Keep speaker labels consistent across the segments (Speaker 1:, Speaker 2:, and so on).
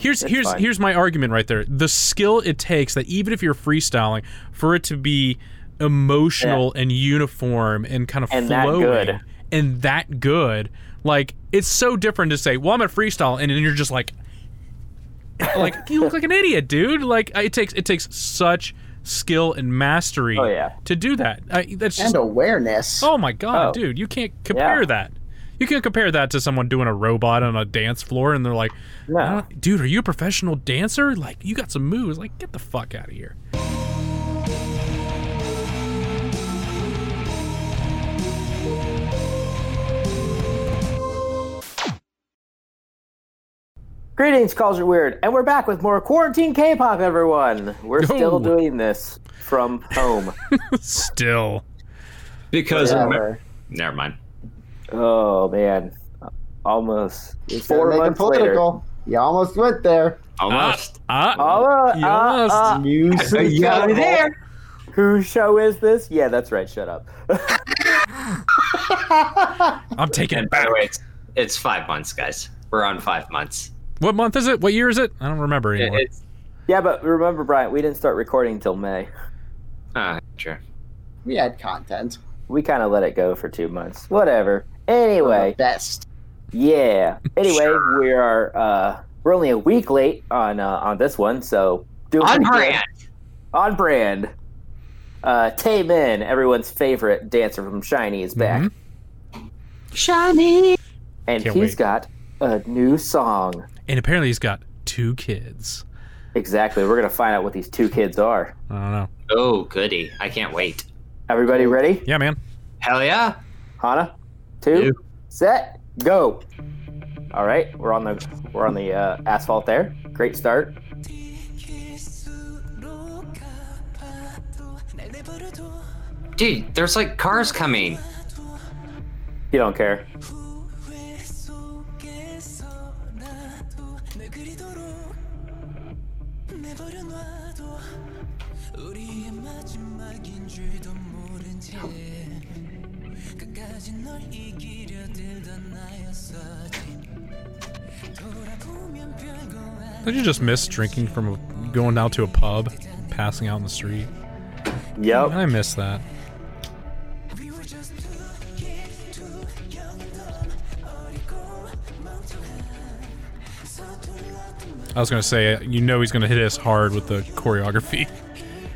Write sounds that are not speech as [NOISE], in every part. Speaker 1: Here's
Speaker 2: It's
Speaker 1: here's
Speaker 2: fine.
Speaker 1: here's my argument right there. The skill it takes that even if you're freestyling, for it to be emotional and uniform and kind of
Speaker 2: And that
Speaker 1: flowing
Speaker 2: good.
Speaker 1: and that good, like it's so different to say, "Well, I'm a freestyle," and then you're just like, like [LAUGHS] you look like an idiot, dude. Like it takes it takes such skill and mastery
Speaker 2: Oh, yeah.
Speaker 1: to do that. I, that's just
Speaker 3: and awareness.
Speaker 1: Oh my god,
Speaker 2: Oh.
Speaker 1: dude, you can't compare
Speaker 2: Yeah.
Speaker 1: that. You can't compare that to someone doing a robot on a dance floor and they're like,
Speaker 2: No.
Speaker 1: "I don't- dude, are you a professional dancer? Like, you got some moves. Like, get the fuck out of
Speaker 2: [LAUGHS]
Speaker 1: here.
Speaker 2: Greetings, Calls Are Weird, and we're back with more Quarantine K-Pop, everyone. We're
Speaker 1: Go.
Speaker 2: still doing this from
Speaker 3: [LAUGHS]
Speaker 2: home.
Speaker 1: Still.
Speaker 4: Because
Speaker 3: Yeah.
Speaker 4: remember- never mind.
Speaker 2: oh, man. Almost.
Speaker 3: Gotta
Speaker 2: Four
Speaker 3: make it
Speaker 2: months later.
Speaker 3: political. You almost went there.
Speaker 1: [LAUGHS]
Speaker 4: Almost.
Speaker 1: Ah,
Speaker 2: All right, uh,
Speaker 1: Yes.
Speaker 2: uh,
Speaker 3: News.
Speaker 4: got it there.
Speaker 2: whose show is this? Yeah, that's right. Shut up.
Speaker 1: I'm taking
Speaker 4: And
Speaker 1: it
Speaker 4: by
Speaker 1: back.
Speaker 4: the way, it's, it's five months, guys. We're on five months.
Speaker 1: What month is it? What year is it? I don't remember
Speaker 4: It-
Speaker 1: anymore.
Speaker 4: it's
Speaker 2: yeah, but remember, Brian, we didn't start recording till May.
Speaker 4: uh, sure.
Speaker 3: [LAUGHS] We had content.
Speaker 2: We kind of let it go for two months. Whatever.
Speaker 3: The
Speaker 2: Anyway,
Speaker 3: best.
Speaker 2: yeah. Anyway,
Speaker 4: Sure.
Speaker 2: we are uh, we're only a week late on uh, on this one, so do
Speaker 4: On brand.
Speaker 2: on brand. Uh, Taemin, everyone's favorite dancer from Shiny, is back,
Speaker 1: Mhm.
Speaker 2: and he's
Speaker 1: Can't wait.
Speaker 2: got a new song.
Speaker 1: And apparently he's got two kids.
Speaker 2: Exactly. We're gonna find out what these two kids are.
Speaker 1: I don't know.
Speaker 4: Oh, goody. I can't wait.
Speaker 2: Everybody ready?
Speaker 1: Yeah, man.
Speaker 4: Hell yeah.
Speaker 2: Hana, two,
Speaker 4: Yeah.
Speaker 2: set, go. All right, we're on the we're on the uh, asphalt there. Great start.
Speaker 4: Dude, there's like cars coming.
Speaker 2: You don't care.
Speaker 1: Did you just miss drinking from a, going down to a pub, passing out in the street?
Speaker 2: Yep.
Speaker 1: I miss that. I was gonna say, you know, he's gonna hit us hard with the choreography.
Speaker 2: [LAUGHS]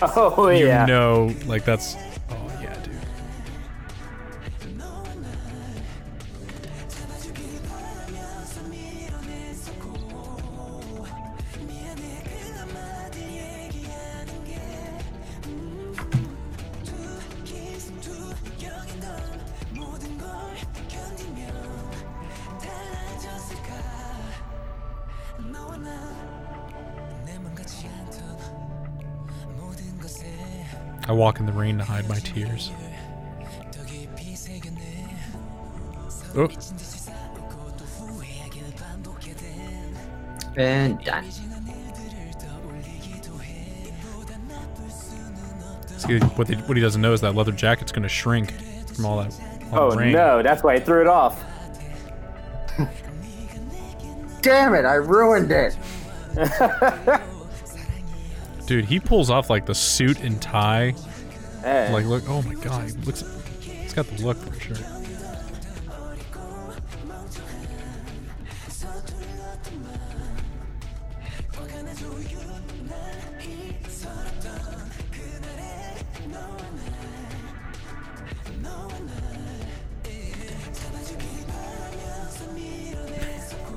Speaker 2: Oh
Speaker 1: You
Speaker 2: yeah.
Speaker 1: know, like that's. Oh yeah, dude. I walk in the rain to hide my tears. Oh,
Speaker 4: And done.
Speaker 1: see, what, they, what he doesn't know is that leather jacket's gonna shrink from all that. all
Speaker 2: Oh
Speaker 1: the rain.
Speaker 2: no, that's why he threw it off.
Speaker 3: Damn it! I ruined it.
Speaker 1: Dude, he pulls off like the suit and tie.
Speaker 2: Eh.
Speaker 1: Like, look, oh my god, he looks. He's got the look for sure.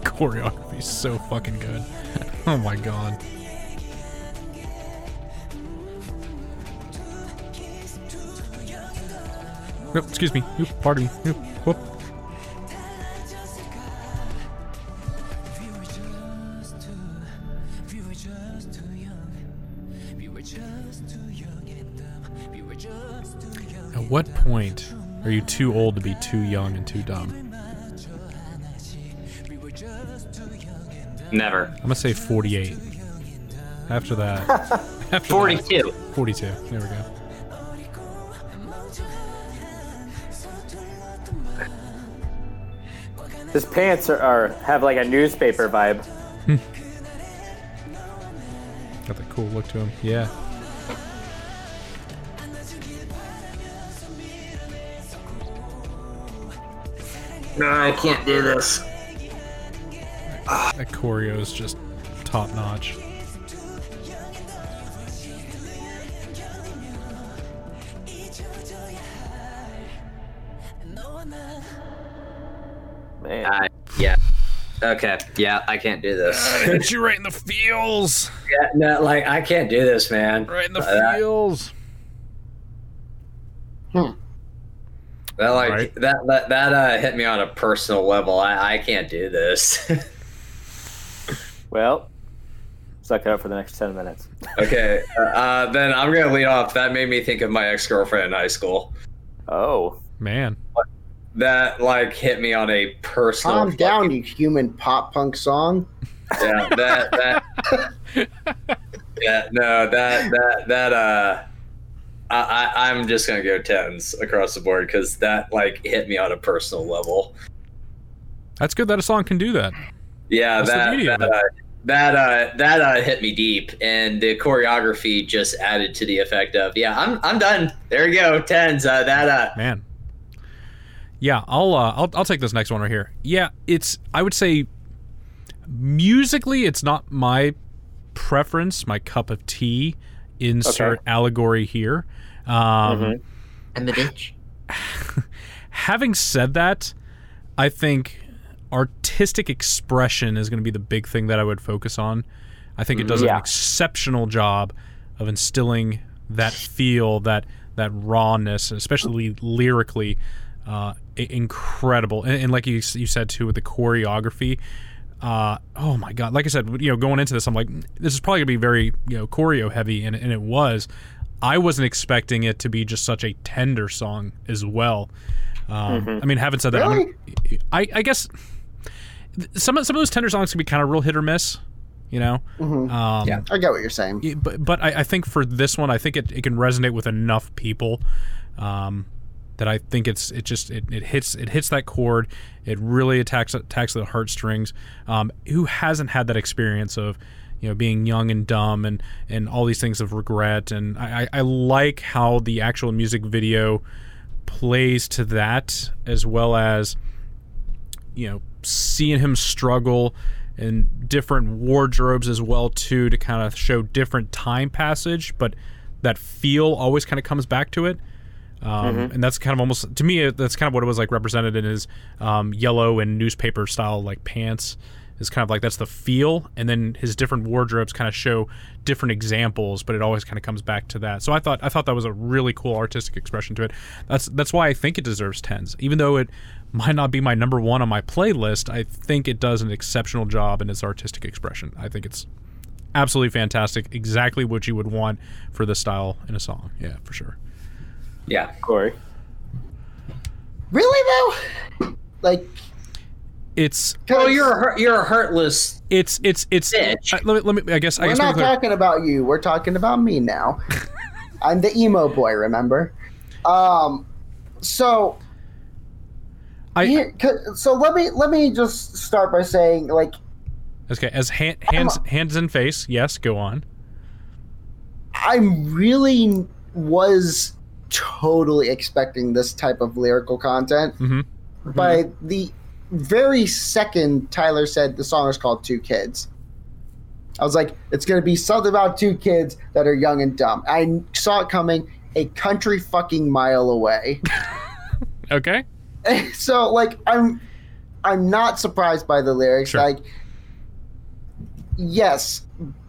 Speaker 1: Choreography is so fucking good. [LAUGHS] Oh my god. Nope, excuse me. Oop, pardon me. Oop, whoop. At what point are you too old to be too young and too dumb?
Speaker 4: Never.
Speaker 1: I'm gonna say 48. After that, [LAUGHS] after
Speaker 4: 42.
Speaker 1: that, 42. There we go.
Speaker 2: His pants are, are have like a newspaper vibe.
Speaker 1: got that cool look to him. Yeah.
Speaker 4: No, I can't do this.
Speaker 1: That choreo is just top [LAUGHS] notch.
Speaker 2: Man.
Speaker 4: I, yeah. Okay. Yeah, I can't do this.
Speaker 1: Hit you right in the feels.
Speaker 4: [LAUGHS] yeah, no, like I can't do this, man.
Speaker 1: Right in the
Speaker 4: Uh,
Speaker 1: feels.
Speaker 4: That like
Speaker 1: Right.
Speaker 4: that that that uh, hit me on a personal level. I, I can't do this. [LAUGHS]
Speaker 2: Well, suck it up for the next 10 minutes.
Speaker 4: okay, uh, uh, then I'm gonna lead off. That made me think of my ex girlfriend in high school.
Speaker 2: Oh.
Speaker 1: Man.
Speaker 4: That like hit me on a personal.
Speaker 3: Calm down, you human pop punk song.
Speaker 4: [LAUGHS] yeah, that that. yeah, no, that that that uh. I, I, I'm just gonna go tens across the board because that like hit me on a personal level.
Speaker 1: That's good that a song can do that.
Speaker 4: Yeah,
Speaker 1: That's the
Speaker 4: that
Speaker 1: beauty of
Speaker 4: that,
Speaker 1: it.
Speaker 4: uh, that uh, that uh, hit me deep, and the choreography just added to the effect of yeah, I'm I'm done. There you go, tens. Uh, that uh,
Speaker 1: Man. Yeah, I'll uh, I'll I'll take this next one right here. Yeah, it's I would say musically it's not my preference, my cup of tea. Insert allegory here. Um,
Speaker 4: and the ditch.
Speaker 1: Having said that, I think artistic expression is going to be the big thing that I would focus on. I think it does
Speaker 2: Yeah.
Speaker 1: an exceptional job of instilling that feel, that that rawness, especially lyrically, uh, i- incredible. And, and like you, s- you said too, with the choreography. Uh, oh my god! Like I said, you know, going into this, I'm like, this is probably gonna be very you know choreo heavy, and, and it was. I wasn't expecting it to be just such a tender song as well. Um, I mean, having said that, I'm
Speaker 3: Really?
Speaker 1: gonna- I, I guess some of, some of those tender songs can be kind of real hit or miss, you know. Um,
Speaker 4: Yeah.
Speaker 3: I get what you're saying.
Speaker 1: it- but but I, I think for this one, I think it, it can resonate with enough people um, that I think it's it just it, it hits it hits that chord. It really attacks attacks the heartstrings. Um, who hasn't had that experience of you know being young and dumb and and all these things of regret? And I, I, I like how the actual music video plays to that as well as you know seeing him struggle in different wardrobes as well too to kind of show different time passage but that feel always kind of comes back to it um, and that's kind of almost to me it- that's kind of what it was like represented in his um, yellow and newspaper style like pants is kind of like that's the feel and then his different wardrobes kind of show different examples but it always kind of comes back to that so i thought i thought that was a really cool artistic expression to it that's that's why i think it deserves tens even though it might not be my number one on my playlist i think it does an exceptional job in its artistic expression i think it's absolutely fantastic exactly what you would want for this style in a song yeah for sure
Speaker 4: Yeah,
Speaker 2: Corey.
Speaker 3: Really though? Like,
Speaker 1: it's
Speaker 4: well,
Speaker 3: cause
Speaker 4: you're a heart- you're a heartless.
Speaker 1: it's it's it's
Speaker 4: Bitch.
Speaker 1: uh, let me let me i guess i
Speaker 3: we're
Speaker 1: guess we
Speaker 3: not
Speaker 1: can clear-
Speaker 3: talking about you. We're talking about me now. I'm the emo boy. Remember? Um. So
Speaker 1: I-
Speaker 3: here, c- so let me let me just start by saying like
Speaker 1: okay as hand, hands hands in face yes go on
Speaker 3: I really was totally expecting this type of lyrical content.
Speaker 1: Mhm.
Speaker 3: By the very second Tyler said the song is called Two Kids, I was like, it's going to be something about two kids that are young and dumb. I saw it coming a country fucking mile away.
Speaker 1: okay
Speaker 3: so like I'm I'm not surprised by the lyrics.
Speaker 1: Sure.
Speaker 3: Like yes,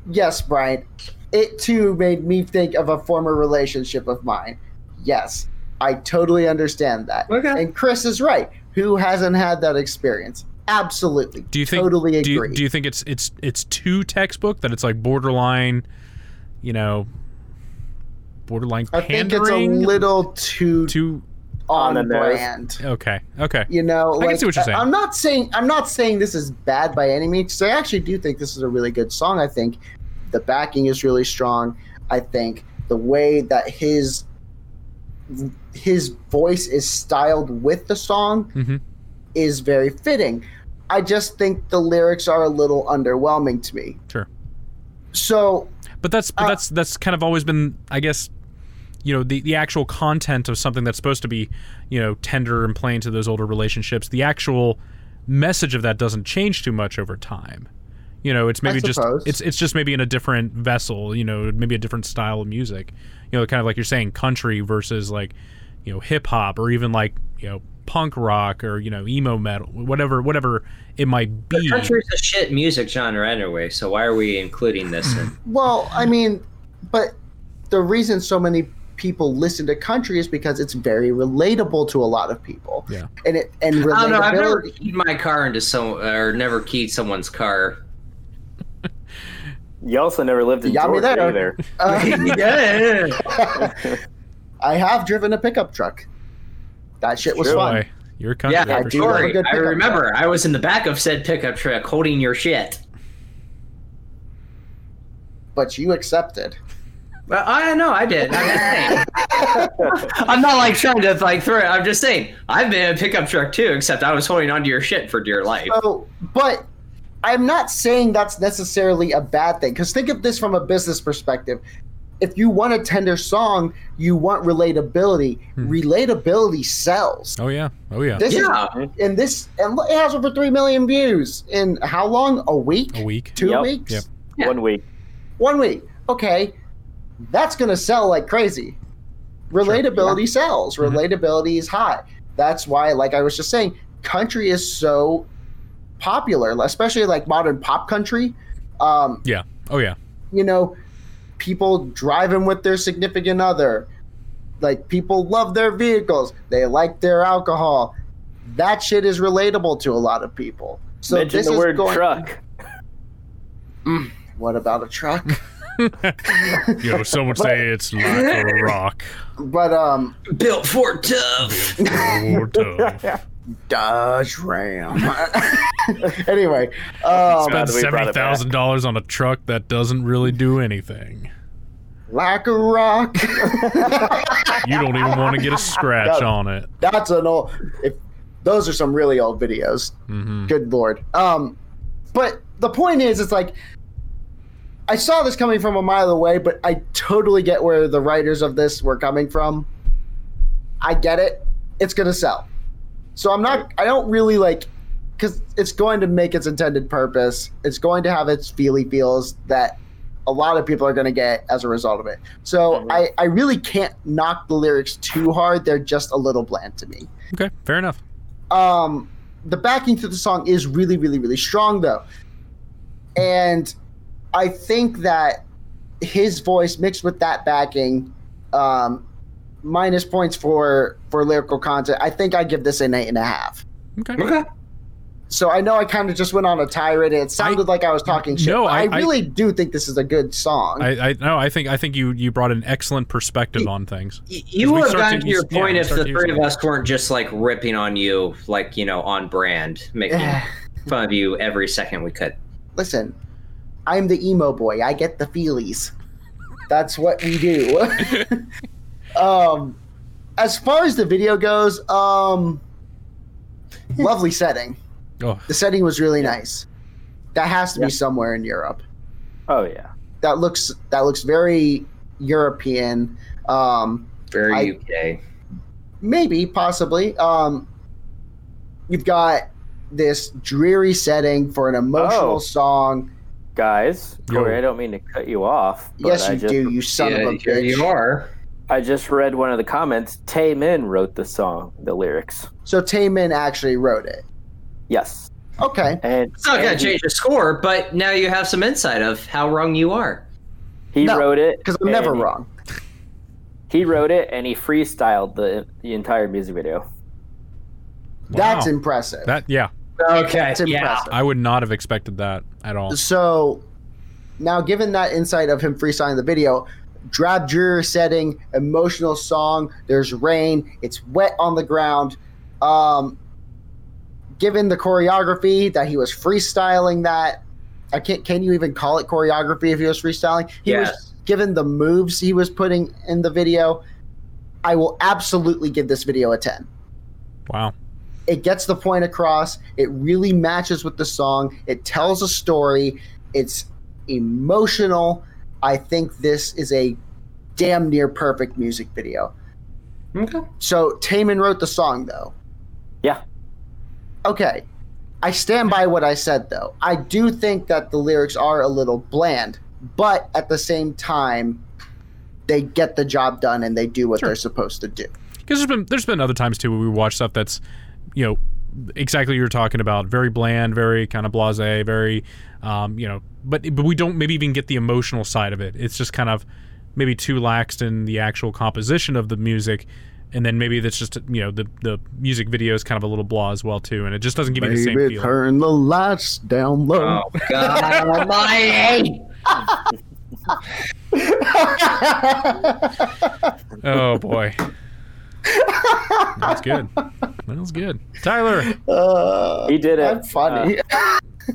Speaker 3: yes, Brian. It too made me think of a former relationship of mine. Yes. I totally understand that.
Speaker 4: Okay.
Speaker 3: And Chris is right. Who hasn't had that experience? Absolutely.
Speaker 1: do you think
Speaker 3: totally
Speaker 1: do,
Speaker 3: agree?
Speaker 1: you, do you think it's it's it's too textbook that it's like borderline you know borderline
Speaker 3: I
Speaker 1: pandering
Speaker 3: think it's a little too,
Speaker 1: too
Speaker 3: on,
Speaker 2: on the nose.
Speaker 3: brand.
Speaker 1: okay okay
Speaker 3: You know,
Speaker 1: can
Speaker 3: like,
Speaker 1: see what you're saying.
Speaker 3: I'm not saying I'm not saying this is bad by any means. 'cause I actually do think this is a really good song. I think the backing is really strong. I think the way that his his voice is styled with the song
Speaker 1: Mhm.
Speaker 3: is very fitting. I just think the lyrics are a little underwhelming to me.
Speaker 1: Sure.
Speaker 3: So
Speaker 1: But that's but
Speaker 3: Uh,
Speaker 1: that's that's kind of always been, I guess, you know, the the actual content of something that's supposed to be, you know, tender and playing to those older relationships. The actual message of that doesn't change too much over time. You know, it's maybe just
Speaker 3: suppose.
Speaker 1: it's it's just maybe in a different vessel. You know, maybe a different style of music. You know, kind of like you're saying, country versus like, you know, hip hop or even like you know punk rock or you know emo metal, whatever whatever it might
Speaker 5: But
Speaker 1: be.
Speaker 5: country's a shit music genre anyway, so why are we including this in?
Speaker 3: Well, I mean, but the reason so many people listen to country is because it's very relatable to a lot of people.
Speaker 1: Yeah.
Speaker 3: And it and relatability.
Speaker 5: I don't know. Oh, I've never keyed my car into some, or never keyed someone's car. [LAUGHS]
Speaker 2: You also never lived in
Speaker 3: You got me
Speaker 2: Georgia
Speaker 3: there.
Speaker 2: either.
Speaker 3: Uh,
Speaker 5: yeah.
Speaker 3: I have driven a pickup truck. That shit was
Speaker 2: Sure.
Speaker 3: fun.
Speaker 1: Boy, you're a country.
Speaker 5: Yeah,
Speaker 1: for
Speaker 3: do
Speaker 1: sure.
Speaker 3: love a
Speaker 5: Corey,
Speaker 3: good
Speaker 5: I
Speaker 3: pickup
Speaker 5: remember. I was in the back of said pickup truck holding your shit.
Speaker 3: But you accepted.
Speaker 5: Well, I don't know. I did. I'm just saying. [LAUGHS] I'm not like trying to like throw it. I'm just saying. I've been in a pickup truck too, except I was holding onto your shit for dear life.
Speaker 3: So, but I'm not saying that's necessarily a bad thing. Because think of this from a business perspective. If you want a tender song, you want relatability. Relatability sells.
Speaker 1: Hmm. Oh yeah. Oh yeah.
Speaker 3: This is
Speaker 5: Yeah.
Speaker 3: and this and it has over three million views in how long? A week?
Speaker 1: A week.
Speaker 3: Two
Speaker 2: Yep.
Speaker 3: weeks?
Speaker 1: Yep.
Speaker 5: [LAUGHS] Yeah.
Speaker 2: One week.
Speaker 3: One week. Okay, that's gonna sell like crazy. Relatability sells.
Speaker 1: Mhm.
Speaker 3: Relatability is hot. That's why, like I was just saying, country is so popular, especially like modern pop country. Um,
Speaker 1: Yeah. Oh yeah.
Speaker 3: you know, people driving with their significant other. Like people love their vehicles. They like their alcohol. That shit is relatable to a lot of people. So
Speaker 2: Mention
Speaker 3: this
Speaker 2: the
Speaker 3: is
Speaker 2: word
Speaker 3: going,
Speaker 2: truck.
Speaker 3: What about a truck? [LAUGHS]
Speaker 1: You know, some would say it's like a rock.
Speaker 3: but um,
Speaker 5: Built for tough.
Speaker 1: or tough.
Speaker 3: Dodge Ram. [LAUGHS] anyway, um,
Speaker 1: Spend
Speaker 2: Glad we brought
Speaker 1: seventy
Speaker 2: it back.
Speaker 1: thousand dollars on a truck that doesn't really do anything.
Speaker 3: like a rock. [LAUGHS]
Speaker 1: You don't even want to get a scratch
Speaker 3: No.
Speaker 1: on it.
Speaker 3: That's an old. If those are some really old videos.
Speaker 1: hmm
Speaker 3: good lord um but the point is it's like i saw this coming from a mile away but i totally get where the writers of this were coming from i get it it's gonna sell so i'm not i don't really like because it's going to make its intended purpose it's going to have its feely feels that a lot of people are going to get as a result of it so
Speaker 2: Mhm.
Speaker 3: I, I really can't knock the lyrics too hard they're just a little bland to me
Speaker 1: Okay, fair enough.
Speaker 3: um, the backing to the song is really, really, really strong though, and I think that his voice mixed with that backing, um, minus points for for lyrical content. I think I give this an eight and a half.
Speaker 1: Okay.
Speaker 4: Okay.
Speaker 3: So I know I kind of just went on a tirade. and It sounded like I was talking shit.
Speaker 1: No,
Speaker 3: but I,
Speaker 1: I- I-
Speaker 3: really do think this is a good song.
Speaker 1: I, I no, I think I think you you brought an excellent perspective on things.
Speaker 5: Y-
Speaker 1: If
Speaker 5: You
Speaker 1: we
Speaker 5: would have
Speaker 1: start
Speaker 5: gotten
Speaker 1: to
Speaker 5: to your
Speaker 1: use- yeah,
Speaker 5: point
Speaker 1: we
Speaker 5: if
Speaker 1: start
Speaker 5: the
Speaker 1: to use
Speaker 5: three of
Speaker 1: it.
Speaker 5: us weren't just like ripping on you, like, you know, on brand,
Speaker 3: [SIGHS]
Speaker 5: making fun of you every second we could.
Speaker 3: Listen, I'm the emo boy. I get the feelies. That's what
Speaker 2: [LAUGHS]
Speaker 3: we do. um, as far as the video goes, um, lovely setting.
Speaker 1: Oh,
Speaker 3: The setting was really nice. That has to
Speaker 2: Yeah.
Speaker 3: be somewhere in Europe.
Speaker 2: Oh yeah.
Speaker 3: That looks that looks very European. Um,
Speaker 5: Very
Speaker 3: I-
Speaker 5: UK.
Speaker 3: maybe possibly um you've got this dreary setting for an emotional
Speaker 2: Oh.
Speaker 3: song
Speaker 2: Guys,
Speaker 1: Yo.
Speaker 2: Corey, I don't mean to cut you off, but
Speaker 3: yes
Speaker 2: I
Speaker 3: you
Speaker 2: just
Speaker 3: do you son
Speaker 5: yeah,
Speaker 3: of a
Speaker 5: here
Speaker 3: bitch
Speaker 5: you are.
Speaker 2: I just read one of the comments. Tay Min wrote the song, the lyrics.
Speaker 3: so Taman actually wrote it
Speaker 2: Yes.
Speaker 3: okay
Speaker 2: And
Speaker 5: It's not going
Speaker 2: and
Speaker 5: to change the score, but now you have some insight of how wrong you are.
Speaker 2: He
Speaker 3: No,
Speaker 2: wrote it
Speaker 3: because i'm never
Speaker 2: and
Speaker 3: wrong
Speaker 2: He wrote it and he freestyled the the entire music
Speaker 3: [LAUGHS]
Speaker 2: video.
Speaker 3: that's
Speaker 1: wow.
Speaker 3: impressive
Speaker 1: that yeah.
Speaker 5: Okay.
Speaker 3: that's impressive
Speaker 1: I would not have expected that at all.
Speaker 3: so now given that insight of him freestyling the video drab dreary setting emotional song there's rain it's wet on the ground um given the choreography that he was freestyling that i can't can you even call it choreography if he was freestyling he was
Speaker 5: Yes.
Speaker 3: given the moves he was putting in the video i will absolutely give this video a 10
Speaker 1: Wow.
Speaker 3: it gets the point across it really matches with the song it tells a story it's emotional. I think this is a damn near perfect music video.
Speaker 5: Okay.
Speaker 3: So Taman wrote the song though.
Speaker 2: Yeah.
Speaker 3: Okay. I stand by what I said though. I do think that the lyrics are a little bland, but at the same time, they get the job done and they do what
Speaker 1: Sure.
Speaker 3: they're supposed to do.
Speaker 1: Because there's been there's been other times too where we watch stuff that's, you know, exactly what you're talking about, very bland, very kind of blasé, very, um, you know, but but we don't maybe even get the emotional side of it. It's just kind of maybe too laxed in the actual composition of the music, and then maybe that's just you know the the music video is kind of a little blah as well too, and it just doesn't give you the same feel.
Speaker 3: turn the lights down
Speaker 4: Oh God!
Speaker 5: God almighty.
Speaker 1: Oh boy, that's good. That was good, Tyler.
Speaker 3: Uh,
Speaker 2: He did it.
Speaker 3: I'm funny.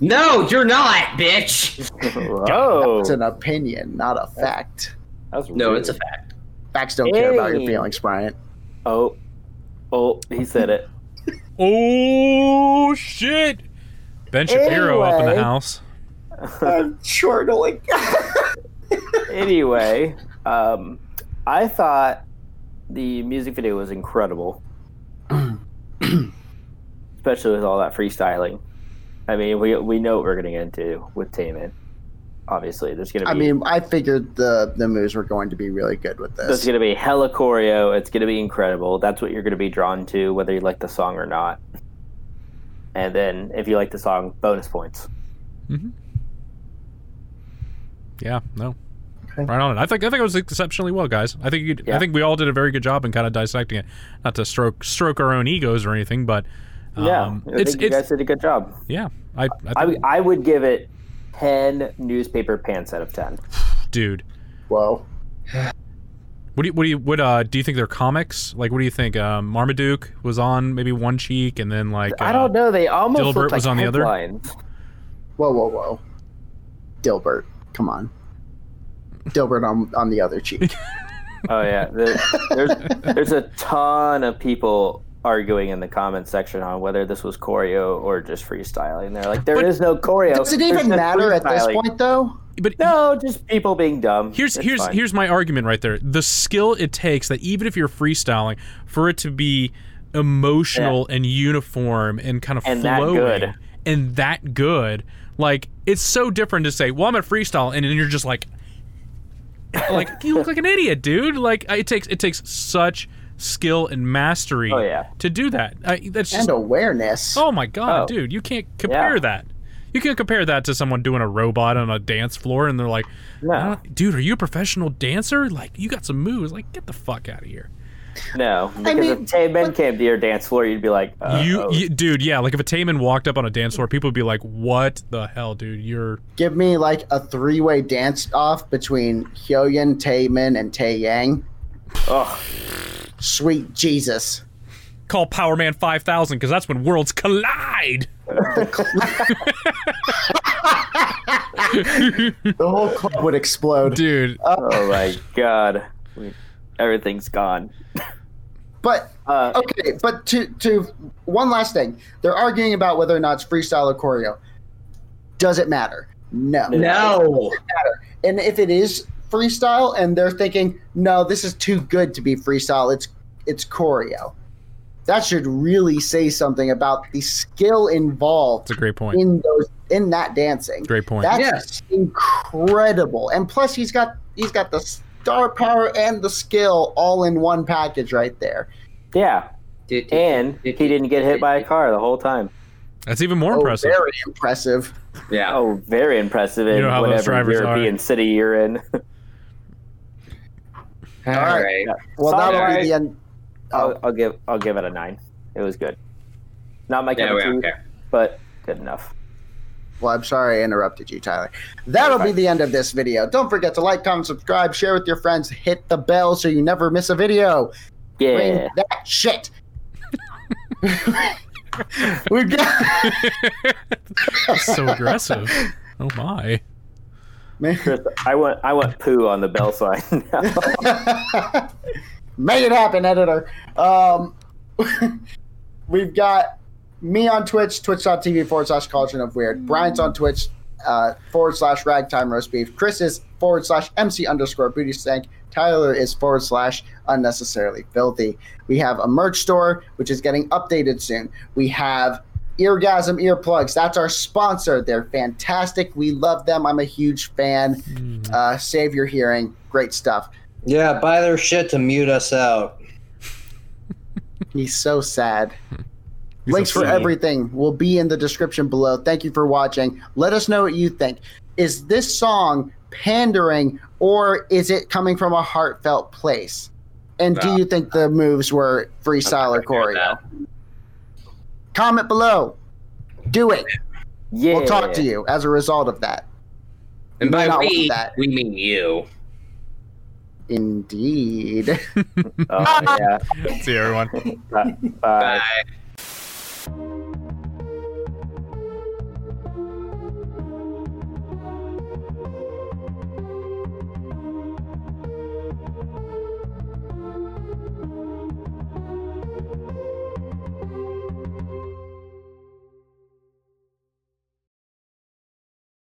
Speaker 5: No, you're not, bitch.
Speaker 2: Whoa.
Speaker 3: it's an opinion, not a fact.
Speaker 2: That was
Speaker 5: No,
Speaker 2: rude.
Speaker 5: it's a fact.
Speaker 3: Facts don't care about your
Speaker 2: Hey.
Speaker 3: feelings,
Speaker 2: [LAUGHS]
Speaker 3: Bryant.
Speaker 2: Oh. Oh, he said it.
Speaker 1: Oh shit, Ben Shapiro up in the
Speaker 2: Anyway.
Speaker 1: house.
Speaker 3: I'm
Speaker 2: [LAUGHS]
Speaker 3: chortling.
Speaker 2: anyway, um, I thought the music video was
Speaker 1: [CLEARS THROAT]
Speaker 2: incredible, especially with all that freestyling. I mean, we we know what we're gonna get into with Taman. Obviously, there's gonna be
Speaker 3: I mean, I figured the the moves were going to be really good with
Speaker 2: there's
Speaker 3: this.
Speaker 2: gonna be hella choreo. It's gonna be incredible. That's what you're gonna be drawn to, whether you like the song or not. And then, if you like the song, bonus points.
Speaker 1: Yeah, no.
Speaker 3: Okay.
Speaker 1: Right on it. I think I think it was exceptionally well, guys. I think you, I
Speaker 2: Yeah.
Speaker 1: think we all did a very good job in kind of dissecting it. Not to stroke stroke our own egos or anything, but um,
Speaker 2: yeah, I
Speaker 1: it's
Speaker 2: think you
Speaker 1: it's
Speaker 2: guys did a good job.
Speaker 1: yeah. I, I,
Speaker 2: I
Speaker 1: think,
Speaker 2: I would give it ten newspaper pants out of ten.
Speaker 1: dude.
Speaker 3: Whoa.
Speaker 1: What do you what do you what uh do you think they're comics? Like what do you think? Um, Marmaduke was on maybe one cheek, and then like
Speaker 2: I
Speaker 1: uh,
Speaker 2: don't know. They almost
Speaker 1: Dilbert
Speaker 2: looked like
Speaker 1: was on the other?
Speaker 2: headlines.
Speaker 3: Whoa, whoa, whoa. Dilbert, come on. Dilbert on on the other
Speaker 2: [LAUGHS]
Speaker 3: cheek.
Speaker 2: Oh yeah, There-
Speaker 1: [LAUGHS]
Speaker 2: there's there's a ton of people arguing in the comment section on whether this was choreo or just freestyling. They're like, there
Speaker 1: But
Speaker 2: is no choreo.
Speaker 3: Does it
Speaker 2: There's
Speaker 3: even
Speaker 2: just
Speaker 3: matter at this
Speaker 2: freestyling."
Speaker 3: point, though?
Speaker 1: But
Speaker 2: No, just people being dumb.
Speaker 1: Here's
Speaker 2: It's
Speaker 1: here's
Speaker 2: Um, fine.
Speaker 1: here's my argument right there. The skill it takes that even if you're freestyling, for it to be emotional and uniform and kind of
Speaker 2: And that
Speaker 1: flowing
Speaker 2: good.
Speaker 1: and that good, like it's so different to say, "Well, I'm a freestyle," and then you're just like, [LAUGHS] like you look like an idiot, dude. Like it takes it takes such skill and mastery
Speaker 2: Oh, yeah.
Speaker 1: to do that. I, that's just
Speaker 3: And awareness.
Speaker 1: Oh my god,
Speaker 2: Oh.
Speaker 1: dude, you can't compare
Speaker 2: Yeah.
Speaker 1: that. You can't compare that to someone doing a robot on a dance floor and they're like,
Speaker 2: No.
Speaker 1: "I don't- dude, are you a professional dancer? Like, you got some moves. Like, get the fuck out of here.
Speaker 2: no. Because
Speaker 3: mean,
Speaker 2: if Tay Men came to your dance floor, you'd be like, uh,
Speaker 1: you,
Speaker 2: oh,
Speaker 1: you, dude, yeah. Like, if a Taman walked up on a dance floor, people would be like, what the hell, dude? You're
Speaker 3: Give me like a three way dance off between Hyoyun, Taemin, and Tae Yang.
Speaker 2: ugh,
Speaker 3: Sweet Jesus.
Speaker 1: call Power Man 5000 because that's when worlds collide.
Speaker 3: The whole club would explode. Uh,
Speaker 1: Dude, [LAUGHS]
Speaker 2: oh my god, everything's gone.
Speaker 3: But
Speaker 2: Uh,
Speaker 3: okay, but to to one last thing, they're arguing about whether or not it's freestyle or choreo. Does it matter? No.
Speaker 5: No.
Speaker 3: And if it is freestyle, and they're thinking, no, this is too good to be freestyle. It's it's choreo. That should really say something about the skill involved
Speaker 1: that's a great point.
Speaker 3: in those in that dancing.
Speaker 1: Great point.
Speaker 3: That's incredible. And plus, he's got he's got the star power and the skill all in one package right there.
Speaker 2: yeah, and he didn't get hit by a car the whole time.
Speaker 1: that's even more
Speaker 3: Oh,
Speaker 1: impressive.
Speaker 3: very impressive.
Speaker 4: Yeah.
Speaker 2: Oh, very impressive in
Speaker 1: You know how those
Speaker 2: whatever
Speaker 1: drivers are.
Speaker 2: European city you're in.
Speaker 4: All
Speaker 3: right.
Speaker 4: right.
Speaker 3: Well,
Speaker 2: Sorry.
Speaker 3: that'll be the end. Oh,
Speaker 4: Oh.
Speaker 2: I'll, I'll give I'll give it a nine. It was good. Not my cup
Speaker 4: Yeah,
Speaker 2: of
Speaker 4: we
Speaker 2: tea,
Speaker 4: don't care.
Speaker 2: but good enough.
Speaker 3: Well, I'm sorry I interrupted you, Tyler. That'll be the end of this video. Don't forget to like, comment, subscribe, share with your friends, hit the bell so you never miss a video. Bring
Speaker 2: Yeah.
Speaker 3: that shit. [LAUGHS] we got [LAUGHS]
Speaker 1: so aggressive. Oh
Speaker 2: [LAUGHS]
Speaker 1: my.
Speaker 2: Chris, I want I want poo on the bell sign [LAUGHS] now.
Speaker 3: [LAUGHS] Make it happen, editor. Um, [LAUGHS] we've got me on Twitch, twitch.tv forward slash culture of weird. Brian's on Twitch, uh, forward slash ragtime roast beef. Chris is forward slash MC underscore booty stank. Tyler is forward slash unnecessarily filthy. We have a merch store, which is getting updated soon. We have Eargasm Earplugs. That's our sponsor. They're fantastic. We love them. I'm a huge fan. Uh, save your hearing. Great stuff.
Speaker 6: Yeah, buy their shit to mute us out.
Speaker 3: [LAUGHS] He's so sad. Links for everything will be in the description below. Thank you for watching. Let us know what you think. Is this song pandering or is it coming from a heartfelt place? And
Speaker 4: No.
Speaker 3: do you think the moves were freestyle or choreo? Comment below. Do it.
Speaker 2: Yeah.
Speaker 3: We'll talk to you as a result of that.
Speaker 4: And
Speaker 3: Might
Speaker 4: by
Speaker 3: not want
Speaker 4: we,
Speaker 3: that.
Speaker 4: we mean you.
Speaker 3: Indeed. [LAUGHS]
Speaker 4: [LAUGHS]
Speaker 2: Oh, yeah.
Speaker 1: See everyone.
Speaker 2: Bye.
Speaker 4: Bye.